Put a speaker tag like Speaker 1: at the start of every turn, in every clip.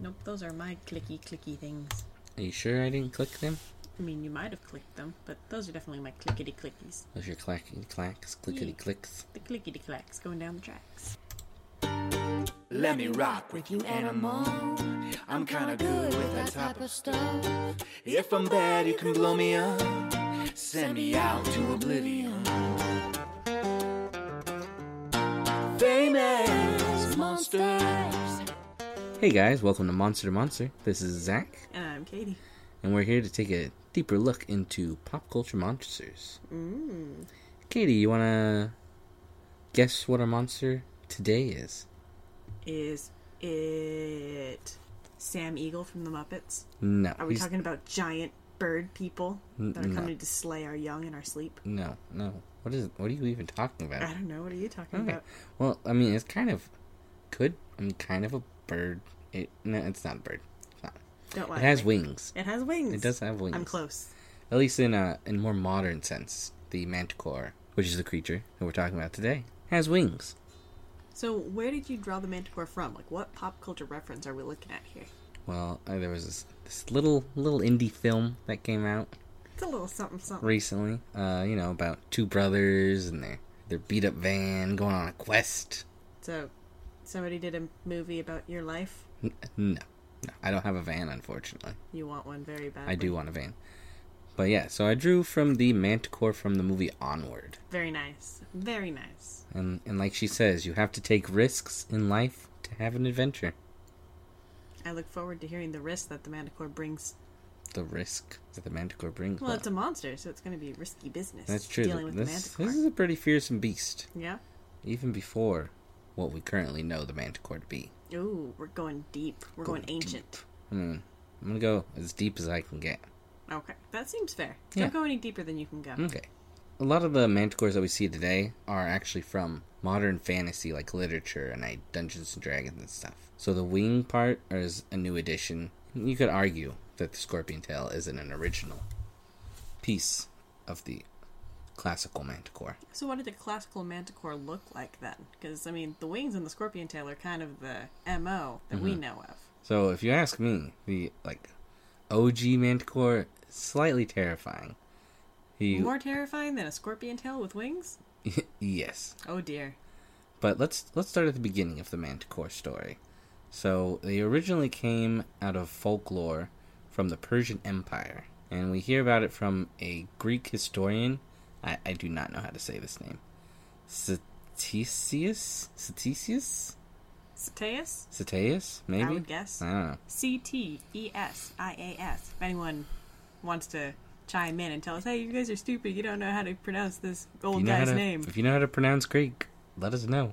Speaker 1: Nope, those are my clicky clicky things.
Speaker 2: Are you sure I didn't click them?
Speaker 1: I mean, you might have clicked them, but those are definitely my clickety clickies.
Speaker 2: Those are your clacking clacks, clickety clicks.
Speaker 1: The clickety clacks going down the tracks.
Speaker 3: Let me rock with you, animal. I'm kinda good with that type of stuff. If I'm bad, you can blow me up. Send me out to oblivion. Famous monsters.
Speaker 2: Hey guys, welcome to Monster to Monster. This is Zach,
Speaker 1: And I'm Katie.
Speaker 2: and we're here to take a deeper look into pop culture monsters. Mm. Katie, you wanna guess what our monster today is?
Speaker 1: Is it Sam Eagle from the Muppets?
Speaker 2: No.
Speaker 1: Are we
Speaker 2: he's-
Speaker 1: talking about giant bird people that are
Speaker 2: N- no.
Speaker 1: coming to slay our young in our sleep?
Speaker 2: No, no. What is? What are you even talking about?
Speaker 1: I don't know. What are you talking
Speaker 2: Okay.
Speaker 1: about?
Speaker 2: Well, I mean, it's kind of could. I mean, kind of a bird. It no, it's not a bird. It's not.
Speaker 1: Don't lie.
Speaker 2: It has
Speaker 1: to me.
Speaker 2: wings.
Speaker 1: It has wings.
Speaker 2: It does have wings.
Speaker 1: I'm close.
Speaker 2: At least in a in more modern sense, the manticore, which is the creature that we're talking about today, has wings.
Speaker 1: So, where did you draw the manticore from? Like, what pop culture reference are we looking at here?
Speaker 2: Well, uh, there was this, this little little indie film that came out
Speaker 1: It's a little something, something.
Speaker 2: recently. Uh, you know, about two brothers and their their beat up van going on a quest.
Speaker 1: So, somebody did a movie about your life.
Speaker 2: N- no, no, I don't have a van, unfortunately.
Speaker 1: You want one very badly.
Speaker 2: I do want a van. But yeah, so I drew from the manticore from the movie Onward.
Speaker 1: Very nice. Very nice.
Speaker 2: And and like she says, you have to take risks in life to have an adventure.
Speaker 1: I look forward to hearing the risk that the manticore brings.
Speaker 2: The risk that the manticore brings.
Speaker 1: Well, it's a monster, so it's going to be risky business.
Speaker 2: That's true.
Speaker 1: Dealing with
Speaker 2: This,
Speaker 1: the
Speaker 2: this is
Speaker 1: manticore.
Speaker 2: a pretty fearsome beast,
Speaker 1: Yeah.
Speaker 2: even before what we currently know the manticore to be.
Speaker 1: Ooh, we're going deep. We're
Speaker 2: Go
Speaker 1: going ancient.
Speaker 2: I mean, I'm gonna go as deep as I can get.
Speaker 1: Okay, that seems fair.
Speaker 2: Yeah. Mm.
Speaker 1: Don't go any deeper than you can go.
Speaker 2: Okay. A lot of the manticores that we see today are actually from modern fantasy, like literature and like Dungeons and Dragons and stuff. So the wing part is a new addition. You could argue that the scorpion tail isn't an original piece of the classical manticore.
Speaker 1: So, what did a classical manticore look like then? Because I mean, the wings and the scorpion tail are kind of the mo that
Speaker 2: Mm-hmm.
Speaker 1: we know of.
Speaker 2: So if you ask me, the like OG manticore is slightly terrifying. He
Speaker 1: More terrifying than a scorpion tail with wings?
Speaker 2: yes.
Speaker 1: Oh dear.
Speaker 2: But let's let's start at the beginning of the Manticore story. So they originally came out of folklore from the Persian Empire, and we hear about it from a Greek historian. I, I do not know how to say this name. Ctesius, Ctesius,
Speaker 1: Ceteus?
Speaker 2: Ctesius, maybe.
Speaker 1: I would guess.
Speaker 2: I don't know.
Speaker 1: C T E S I A S. If anyone wants to chime in and tell us, hey, you guys are stupid. You don't know how to pronounce this
Speaker 2: If
Speaker 1: old
Speaker 2: you know how
Speaker 1: guy's
Speaker 2: to-
Speaker 1: name.
Speaker 2: If you know how to pronounce Greek, let us know.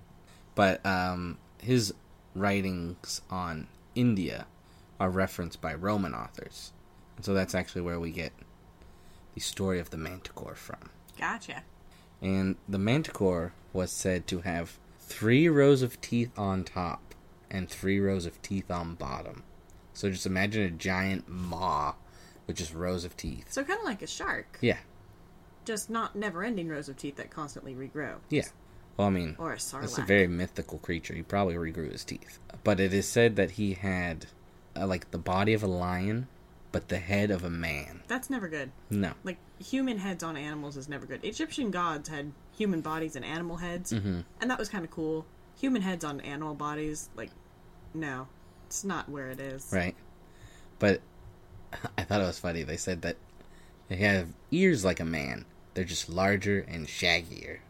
Speaker 2: But um, his writings on India are referenced by Roman authors. And so that's actually where we get the story of the manticore from.
Speaker 1: Gotcha.
Speaker 2: And the manticore was said to have three rows of teeth on top and three rows of teeth on bottom. So just imagine a giant maw with just rows of teeth.
Speaker 1: So kind of like a shark,
Speaker 2: Yeah,
Speaker 1: just not never-ending rows of teeth that constantly regrow.
Speaker 2: yeah. Well, I mean,
Speaker 1: Or a
Speaker 2: It's a
Speaker 1: sarlacc.
Speaker 2: very mythical creature. He probably regrew his teeth. But it is said that he had, uh, like, the body of a lion, but the head of a man.
Speaker 1: That's never good.
Speaker 2: No.
Speaker 1: Like human heads on animals is never good. Egyptian gods had human bodies and animal heads,
Speaker 2: Mm-hmm.
Speaker 1: and that was kind of cool. Human heads on animal bodies, like, no, it's not where it is.
Speaker 2: Right? But I thought it was funny. They said that they have ears like a man, they're just larger and shaggier.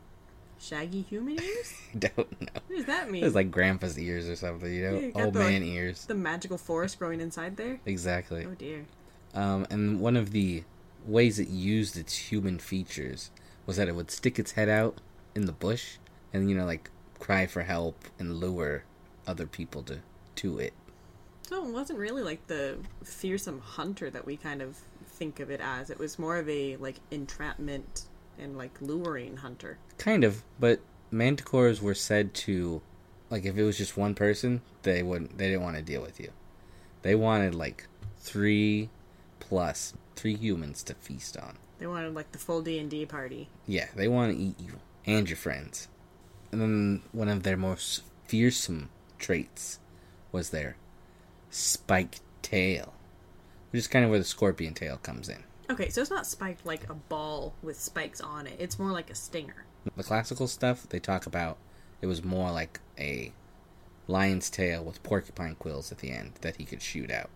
Speaker 1: Shaggy human ears?
Speaker 2: I don't know.
Speaker 1: what does that mean?
Speaker 2: It was like grandpa's ears or something, you know?
Speaker 1: Yeah, you got
Speaker 2: Old
Speaker 1: the, like,
Speaker 2: man ears.
Speaker 1: the magical forest growing inside there.
Speaker 2: Exactly.
Speaker 1: Oh dear.
Speaker 2: Um, and one of the ways it used its human features was that it would stick its head out in the bush and, you know, like cry for help and lure other people to, to it.
Speaker 1: So it wasn't really like the fearsome hunter that we kind of think of it as. It was more of a like entrapment and like luring hunter.
Speaker 2: Kind of, but manticores were said to, like, if it was just one person, they wouldn't, they didn't want to deal with you. They wanted, like, three plus, three humans to feast on.
Speaker 1: They wanted like the full D and D party.
Speaker 2: Yeah, they want to eat you and your friends. And then one of their most fearsome traits was their spiked tail, which is kind of where the scorpion tail comes in.
Speaker 1: Okay, so it's not spiked like a ball with spikes on it. It's more like a stinger.
Speaker 2: The classical stuff they talk about, it was more like a lion's tail with porcupine quills at the end that he could shoot out,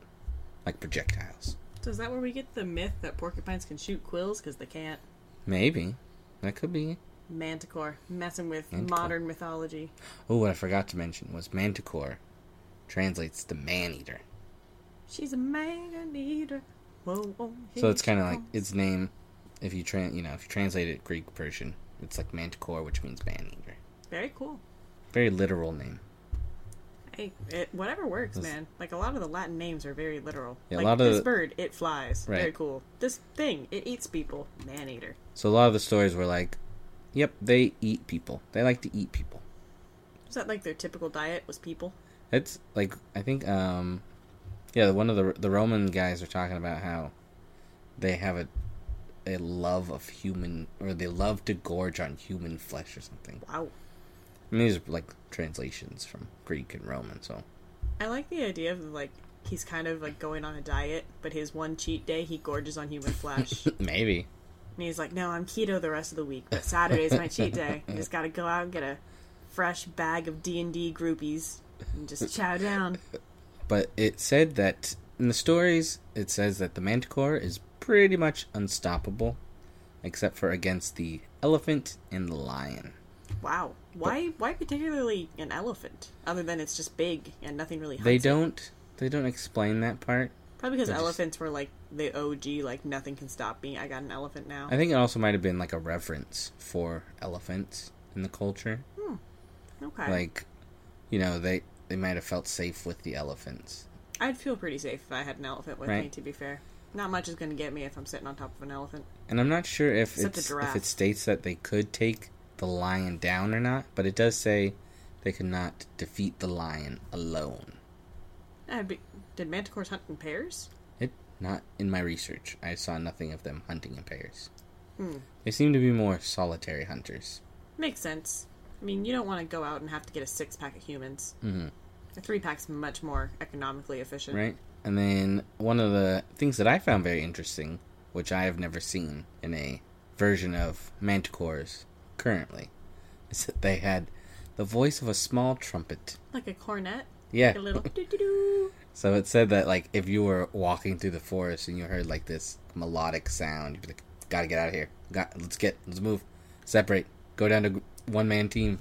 Speaker 2: like projectiles.
Speaker 1: So is that where we get the myth that porcupines can shoot quills because they can't?
Speaker 2: Maybe that could be.
Speaker 1: Manticore messing with
Speaker 2: Manticore.
Speaker 1: modern mythology.
Speaker 2: Oh, what I forgot to mention was manticore translates to man eater.
Speaker 1: She's a man eater. Whoa, whoa,
Speaker 2: So
Speaker 1: here
Speaker 2: it's kind of
Speaker 1: she
Speaker 2: like
Speaker 1: comes.
Speaker 2: its name. If you tran you know, if you translate it Greek Persian, it's like manticore, which means man eater.
Speaker 1: very cool.
Speaker 2: Very literal name.
Speaker 1: Hey, it, whatever works, man. Like a lot of the Latin names are very literal.
Speaker 2: Yeah, a
Speaker 1: like
Speaker 2: lot of
Speaker 1: this
Speaker 2: the-
Speaker 1: bird, it flies. Very
Speaker 2: Right.
Speaker 1: cool. This thing, it eats people. Man eater.
Speaker 2: So a lot of the stories were like, "Yep, they eat people. They like to eat people."
Speaker 1: Is that like their typical diet was people?
Speaker 2: That's like I think um yeah, one of the the Roman guys are talking about how they have a a love of human or they love to gorge on human flesh or something.
Speaker 1: Wow.
Speaker 2: I mean, these are like translations from Greek and Roman, so
Speaker 1: I like the idea of like he's kind of like going on a diet, but his one cheat day he gorges on human flesh. and
Speaker 2: maybe.
Speaker 1: he's like, "No, I'm keto the rest of the week, but Saturday's my cheat day. I just got to go out and get a fresh bag of D&D groupies and just chow down."
Speaker 2: But it said that in the stories, it says that the manticore is pretty much unstoppable, except for against the elephant and the lion.
Speaker 1: Wow. Why why particularly an elephant other than it's just big and nothing really
Speaker 2: They
Speaker 1: hunts it?
Speaker 2: don't they don't explain that part.
Speaker 1: Probably because
Speaker 2: They're just-
Speaker 1: elephants were like the OG, like nothing can stop me. I got an elephant now.
Speaker 2: I think it also might have been like a reference for elephants in the culture.
Speaker 1: okay,
Speaker 2: Like, you know, they they might have felt safe with the elephants.
Speaker 1: I'd feel pretty safe if I had an elephant with me.
Speaker 2: Right.
Speaker 1: To be fair, not much is going to get me if I'm sitting on top of an elephant.
Speaker 2: And I'm not sure if
Speaker 1: Except a
Speaker 2: it's,
Speaker 1: giraffe.
Speaker 2: if it states that they could take the lion down or not, but it does say they could not defeat the lion alone.
Speaker 1: I'd be. Did manticores hunt in pairs?
Speaker 2: It not in my research. I saw nothing of them hunting in pairs. They seem to be more solitary hunters.
Speaker 1: Makes sense. I mean, you don't want to go out and have to get a six pack of humans. A three pack's much more economically efficient.
Speaker 2: Mm-hmm. right? And then one of the things that I found very interesting, which I have never seen in a version of Manticores currently, is that they had the voice of a small trumpet.
Speaker 1: Like a cornet.
Speaker 2: Yeah.
Speaker 1: Like a little doo doo doo.
Speaker 2: So it said that like if you were walking through the forest and you heard like this melodic sound, you'd be like, "Gotta get out of here! Got let's get let's move, separate, go down to one man team."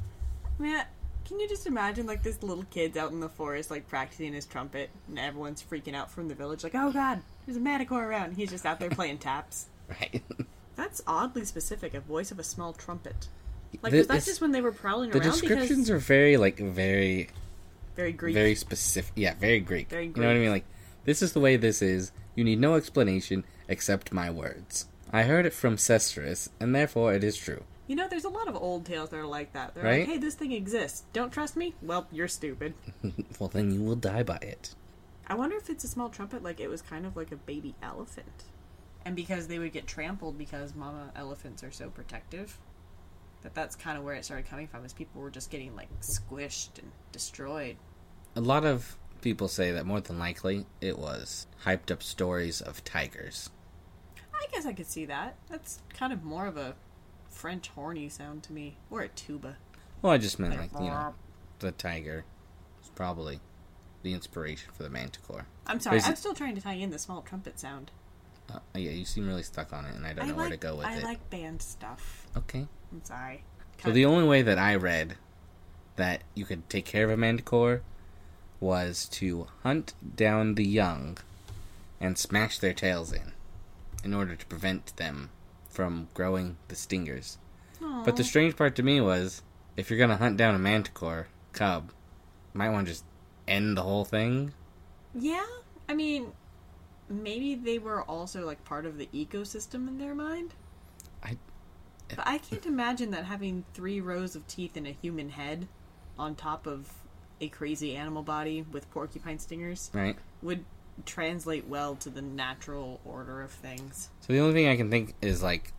Speaker 1: Man, can you just imagine like this little kid's out in the forest, like practicing his trumpet, and everyone's freaking out from the village, like, "Oh God, there's a manticore around!" He's just out there playing taps.
Speaker 2: Right?
Speaker 1: That's oddly specific. A voice of a small trumpet. Like
Speaker 2: The-
Speaker 1: was that
Speaker 2: it's-
Speaker 1: just when they were prowling
Speaker 2: the
Speaker 1: around?
Speaker 2: descriptions
Speaker 1: because
Speaker 2: are very like very
Speaker 1: very Greek.
Speaker 2: very specific. Yeah, very Greek.
Speaker 1: Very
Speaker 2: You know what I
Speaker 1: Greek.
Speaker 2: mean? Like, this is the way this is. You need no explanation except my words. I heard it from Cesarus, and therefore it is true.
Speaker 1: You know, there's a lot of old tales that are like that. They're
Speaker 2: Right?
Speaker 1: like, "Hey, this thing exists. Don't trust me? Well, you're stupid."
Speaker 2: Well, then you will die by it.
Speaker 1: I wonder if it's a small trumpet, like it was kind of like a baby elephant. And because they would get trampled because mama elephants are so protective, that that's kind of where it started coming from, is people were just getting like squished and destroyed.
Speaker 2: A lot of people say that more than likely it was hyped up stories of tigers.
Speaker 1: I guess I could see that. That's kind of more of a French horny sound to me, or a tuba.
Speaker 2: Well, I just meant, like, you know, the tiger is probably the inspiration for the manticore.
Speaker 1: I'm sorry,
Speaker 2: There's-
Speaker 1: I'm still trying to tie in the small trumpet sound.
Speaker 2: Uh, yeah, you seem really stuck on it, and I don't
Speaker 1: I
Speaker 2: know
Speaker 1: like
Speaker 2: where to go with
Speaker 1: I
Speaker 2: it.
Speaker 1: like band stuff.
Speaker 2: Okay.
Speaker 1: I'm sorry.
Speaker 2: So the only way that I read that you could take care of a manticore was to hunt down the young and smash their tails in in order to prevent them from growing the stingers. But the strange part to me was if you're going to hunt down a manticore cub, you might want to just end the whole thing.
Speaker 1: Yeah, I mean, maybe they were also like part of the ecosystem in their mind.
Speaker 2: I-
Speaker 1: But I can't imagine that having three rows of teeth in a human head on top of a crazy animal body with porcupine stingers
Speaker 2: Right?
Speaker 1: would translate well to the natural order of things.
Speaker 2: So the only thing I can think is like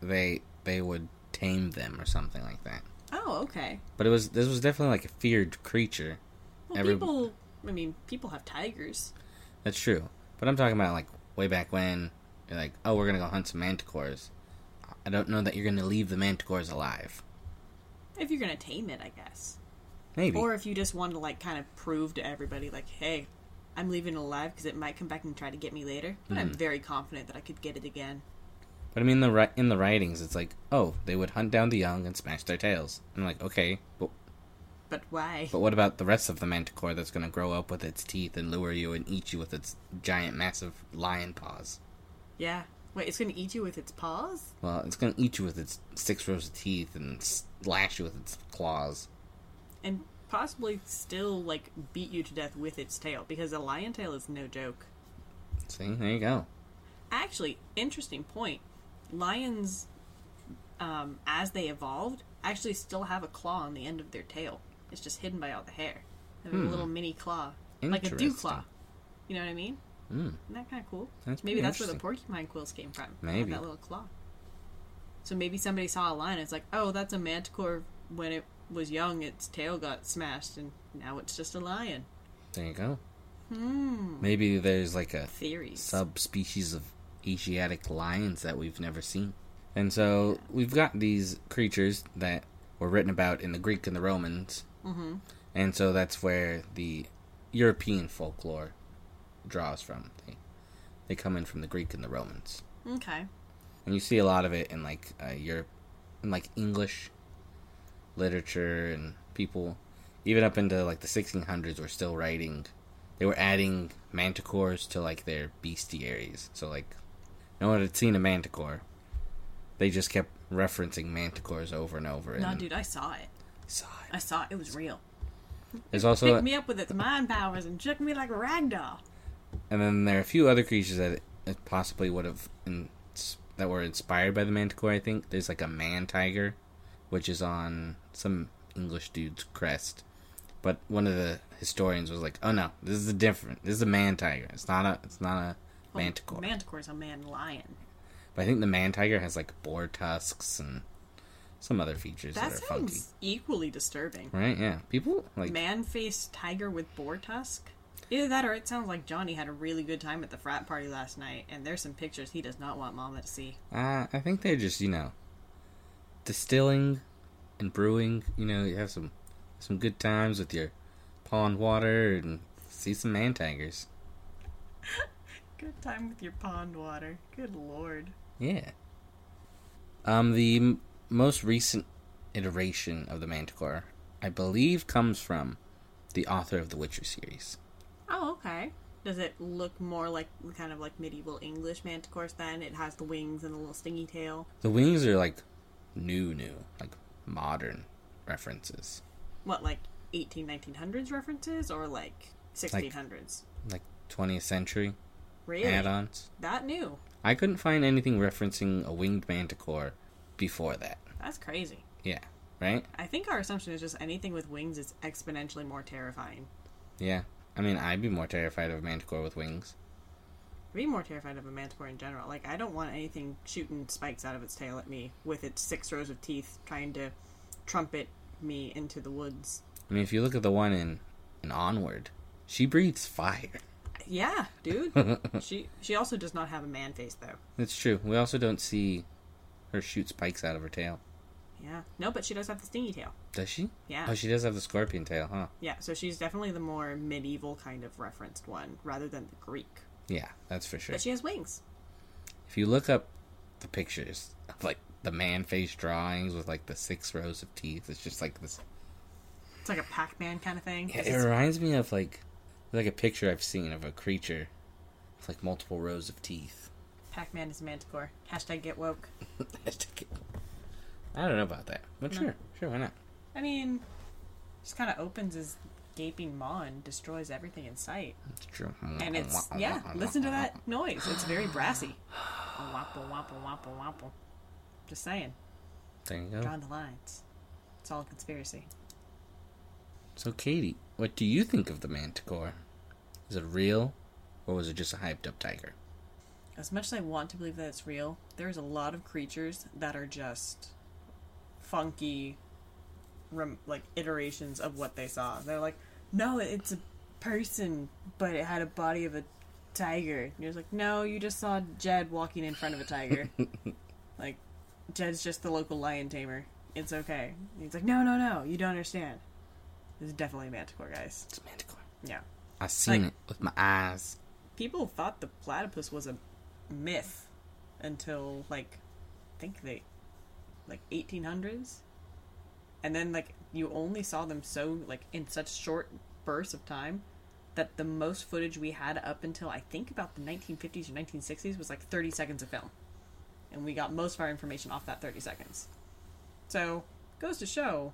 Speaker 2: they they would tame them or something like that.
Speaker 1: Oh, okay.
Speaker 2: But it was this was definitely like a feared creature.
Speaker 1: Well,
Speaker 2: Every-
Speaker 1: people I mean, people have tigers.
Speaker 2: That's true. But I'm talking about like way back when you're like, oh, we're gonna go hunt some manticores. I don't know that you're gonna leave the manticores alive.
Speaker 1: If you're gonna tame it, I guess.
Speaker 2: Maybe.
Speaker 1: Or if you just want to like kind of prove to everybody, like, hey, I'm leaving it alive because it might come back and try to get me later. But I'm very confident that I could get it again.
Speaker 2: but I mean, the ri- in the writings, it's like, oh, they would hunt down the young and smash their tails. I'm like, okay, but
Speaker 1: But why?
Speaker 2: but what about the rest of the manticore that's gonna grow up with its teeth and lure you and eat you with its giant, massive lion paws?
Speaker 1: Yeah. Wait, it's gonna eat you with its paws?
Speaker 2: Well, it's gonna eat you with its six rows of teeth and slash you with its claws.
Speaker 1: And possibly still like beat you to death with its tail because a lion tail is no joke.
Speaker 2: See, there you go.
Speaker 1: Actually, interesting point. Lions, um, as they evolved, actually still have a claw on the end of their tail. It's just hidden by all the hair. They have a little mini claw, like a dew
Speaker 2: Hmm. Interesting. Hmm.
Speaker 1: claw. You know what I mean? Mm. Isn't that kind of cool?
Speaker 2: That's
Speaker 1: maybe
Speaker 2: pretty
Speaker 1: that's where the
Speaker 2: interesting.
Speaker 1: porcupine quills came from. They had
Speaker 2: Maybe.
Speaker 1: that little claw. So maybe somebody saw a lion. It's like, oh, that's a manticore. When it was young, its tail got smashed, and now it's just a lion.
Speaker 2: There you go. Maybe there's like a
Speaker 1: Theories.
Speaker 2: subspecies of Asiatic lions that we've never seen. And so we've got these creatures that were written about in the Greek and the Romans. Mm-hmm. And so that's where the European folklore draws from. They, they come in from the Greek and the Romans.
Speaker 1: okay.
Speaker 2: And you see a lot of it in like uh, Europe, in like English literature and people, even up into like the 1600s, were still writing. They were adding manticores to like their bestiaries. So like, no one had seen a manticore. They just kept referencing manticores over and over.
Speaker 1: No,
Speaker 2: and
Speaker 1: dude, I saw it.
Speaker 2: saw it.
Speaker 1: I saw it. It was real.
Speaker 2: There's
Speaker 1: picked
Speaker 2: also,
Speaker 1: me up with its mind powers and shook me like a rag doll.
Speaker 2: and then there are a few other creatures that it possibly would have in, that were inspired by the manticore. I think there's like a man tiger, which is on some English dude's crest. But one of the historians was like, "Oh no, this is a different. This is a man tiger. It's not a. It's not a
Speaker 1: Well,
Speaker 2: manticore."
Speaker 1: Manticore's a Oh, man lion.
Speaker 2: but I think the man tiger has like boar tusks and some other features that,
Speaker 1: That
Speaker 2: are funky,
Speaker 1: sounds equally disturbing.
Speaker 2: right? Yeah, people like
Speaker 1: Man faced tiger with boar tusk? Either that or it sounds like Johnny had a really good time at the frat party last night, and there's some pictures he does not want Mama to see.
Speaker 2: Uh, I think they're just you know, distilling and brewing. You know, you have some some good times with your pond water and see some man tigers.
Speaker 1: Good time with your pond water. Good lord.
Speaker 2: Yeah. Um, the m- most recent iteration of the Manticore, I believe, comes from the author of the Witcher series.
Speaker 1: Oh, okay. Does it look more like kind of like medieval English manticores then? It has the wings and the little stingy tail.
Speaker 2: The wings are like new, new, like modern references,
Speaker 1: What, like 18, 1900s references or like 1600s?
Speaker 2: like 20th century
Speaker 1: really?
Speaker 2: add-ons.
Speaker 1: That new.
Speaker 2: I couldn't find anything referencing a winged manticore before that.
Speaker 1: That's crazy.
Speaker 2: Yeah, right?
Speaker 1: I think our assumption is just anything with wings is exponentially more terrifying.
Speaker 2: Yeah. I mean, I'd be more terrified of a manticore with wings.
Speaker 1: I'd be more terrified of a manticore in general. Like, I don't want anything shooting spikes out of its tail at me with its six rows of teeth trying to trumpet me into the woods.
Speaker 2: I mean, if you look at the one in, in Onward, she breathes fire.
Speaker 1: Yeah, dude. she she also does not have a man face though.
Speaker 2: That's true. We also don't see her shoot spikes out of her tail.
Speaker 1: Yeah. No, but she does have the stingy tail.
Speaker 2: Does she?
Speaker 1: Yeah.
Speaker 2: Oh, she does have the scorpion tail, huh?
Speaker 1: Yeah, so she's definitely the more medieval kind of referenced one rather than the Greek.
Speaker 2: Yeah, that's for sure.
Speaker 1: But she has wings.
Speaker 2: If you look up the pictures of, like, the man face drawings with, like, the six rows of teeth, it's just like this
Speaker 1: It's like a Pac-Man kind of thing.
Speaker 2: Yeah, it
Speaker 1: It's-
Speaker 2: reminds me of like like a picture I've seen of a creature with like multiple rows of teeth.
Speaker 1: Pac-Man is a manticore. Hashtag get woke.
Speaker 2: I don't know about that, but
Speaker 1: No.
Speaker 2: sure, sure, why not?
Speaker 1: I mean, just kind of opens his gaping maw and destroys everything in sight.
Speaker 2: It's true.
Speaker 1: And it's yeah, listen to that noise. It's very brassy. Wample wample wample wample. Just saying,
Speaker 2: There you go.
Speaker 1: drawing the lines. It's all a conspiracy.
Speaker 2: So, Katie, what do you think of the manticore? Is it real, or was it just a hyped up tiger?
Speaker 1: As much as I want to believe that it's real, there's a lot of creatures that are just funky, rem- like iterations of what they saw. They're like, no, it's a person, but it had a body of a tiger. And you're just like, no, you just saw Jed walking in front of a tiger. like, Jed's just the local lion tamer. It's okay. And he's like, no, no, no, you don't understand. This is definitely Manticore, guys.
Speaker 2: It's Manticore.
Speaker 1: Yeah.
Speaker 2: I seen
Speaker 1: Like-
Speaker 2: it with my eyes.
Speaker 1: People thought the platypus was a myth until, like, I think they, like, 1800s. And then, like, you only saw them so, like, in such short bursts of time that the most footage we had up until, I think, about the 1950s or 1960s was, like, 30 seconds of film. And we got most of our information off that 30 seconds. So, goes to show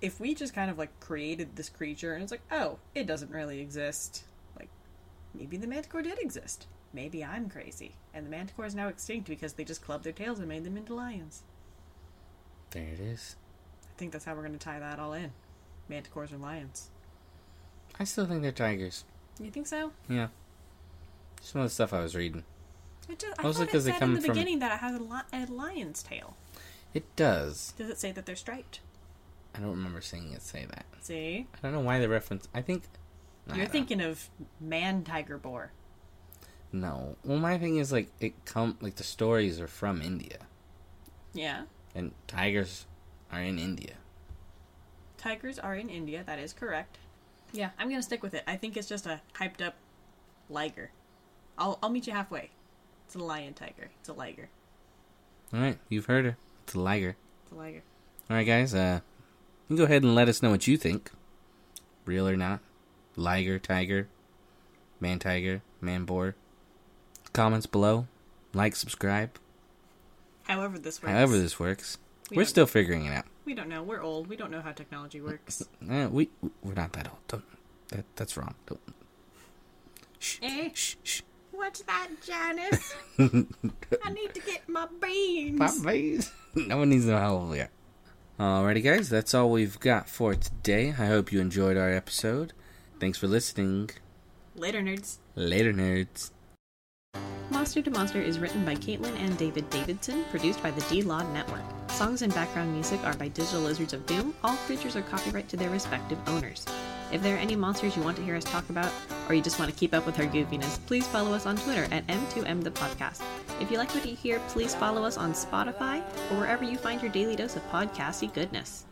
Speaker 1: if we just kind of like created this creature and it's like, oh, it doesn't really exist, like maybe the manticore did exist. Maybe I'm crazy. And the manticore is now extinct because they just clubbed their tails and made them into lions.
Speaker 2: There it is.
Speaker 1: I think that's how we're going to tie that all in. Manticores are lions.
Speaker 2: I still think they're tigers.
Speaker 1: You think so?
Speaker 2: Yeah. Some of the stuff I was reading.
Speaker 1: It just, I
Speaker 2: Mostly
Speaker 1: thought it
Speaker 2: 'cause they
Speaker 1: said in
Speaker 2: come
Speaker 1: the
Speaker 2: from-
Speaker 1: beginning that it has a, li- a lion's tail.
Speaker 2: It does.
Speaker 1: Does it say that they're striped?
Speaker 2: I don't remember seeing it say that.
Speaker 1: See?
Speaker 2: I don't know why the reference. I think. I
Speaker 1: You're
Speaker 2: don't-
Speaker 1: thinking of man tiger boar.
Speaker 2: No. Well, my thing is like it come like the stories are from India,
Speaker 1: Yeah.
Speaker 2: and tigers are in India.
Speaker 1: Tigers are in India. That is correct. Yeah, I'm gonna stick with it. I think it's just a hyped up liger. I'll I'll meet you halfway. It's a lion tiger. It's a liger.
Speaker 2: All right, you've heard her. It's a liger.
Speaker 1: It's a liger.
Speaker 2: All right, guys. Uh, you can go ahead and let us know what you think, real or not. Liger, tiger, man, tiger, man, boar. Comments below. Like, subscribe.
Speaker 1: However this works.
Speaker 2: However this works,
Speaker 1: We
Speaker 2: we are
Speaker 1: don't-
Speaker 2: still figuring it out.
Speaker 1: we don't know. We're old. We don't know how technology works.
Speaker 2: Eh, we we're not that old. Don't, that that's wrong. Don't. Shh,
Speaker 1: Eh?
Speaker 2: shh, shh.
Speaker 1: What's that, Janice? I need to get my beans.
Speaker 2: Pop face. no one needs to know how old we are. Alrighty, guys, that's all we've got for today. I hope you enjoyed our episode. Thanks for listening.
Speaker 1: Later, nerds.
Speaker 2: Later, nerds.
Speaker 1: Monster to Monster is written by Caitlin and David Davidson, produced by the D Law Network. Songs and background music are by Digital Lizards of Doom. All creatures are copyright to their respective owners. If there are any monsters you want to hear us talk about, or you just want to keep up with our goofiness, please follow us on Twitter at M2M the Podcast. If you like what you hear, please follow us on Spotify or wherever you find your daily dose of podcasty goodness.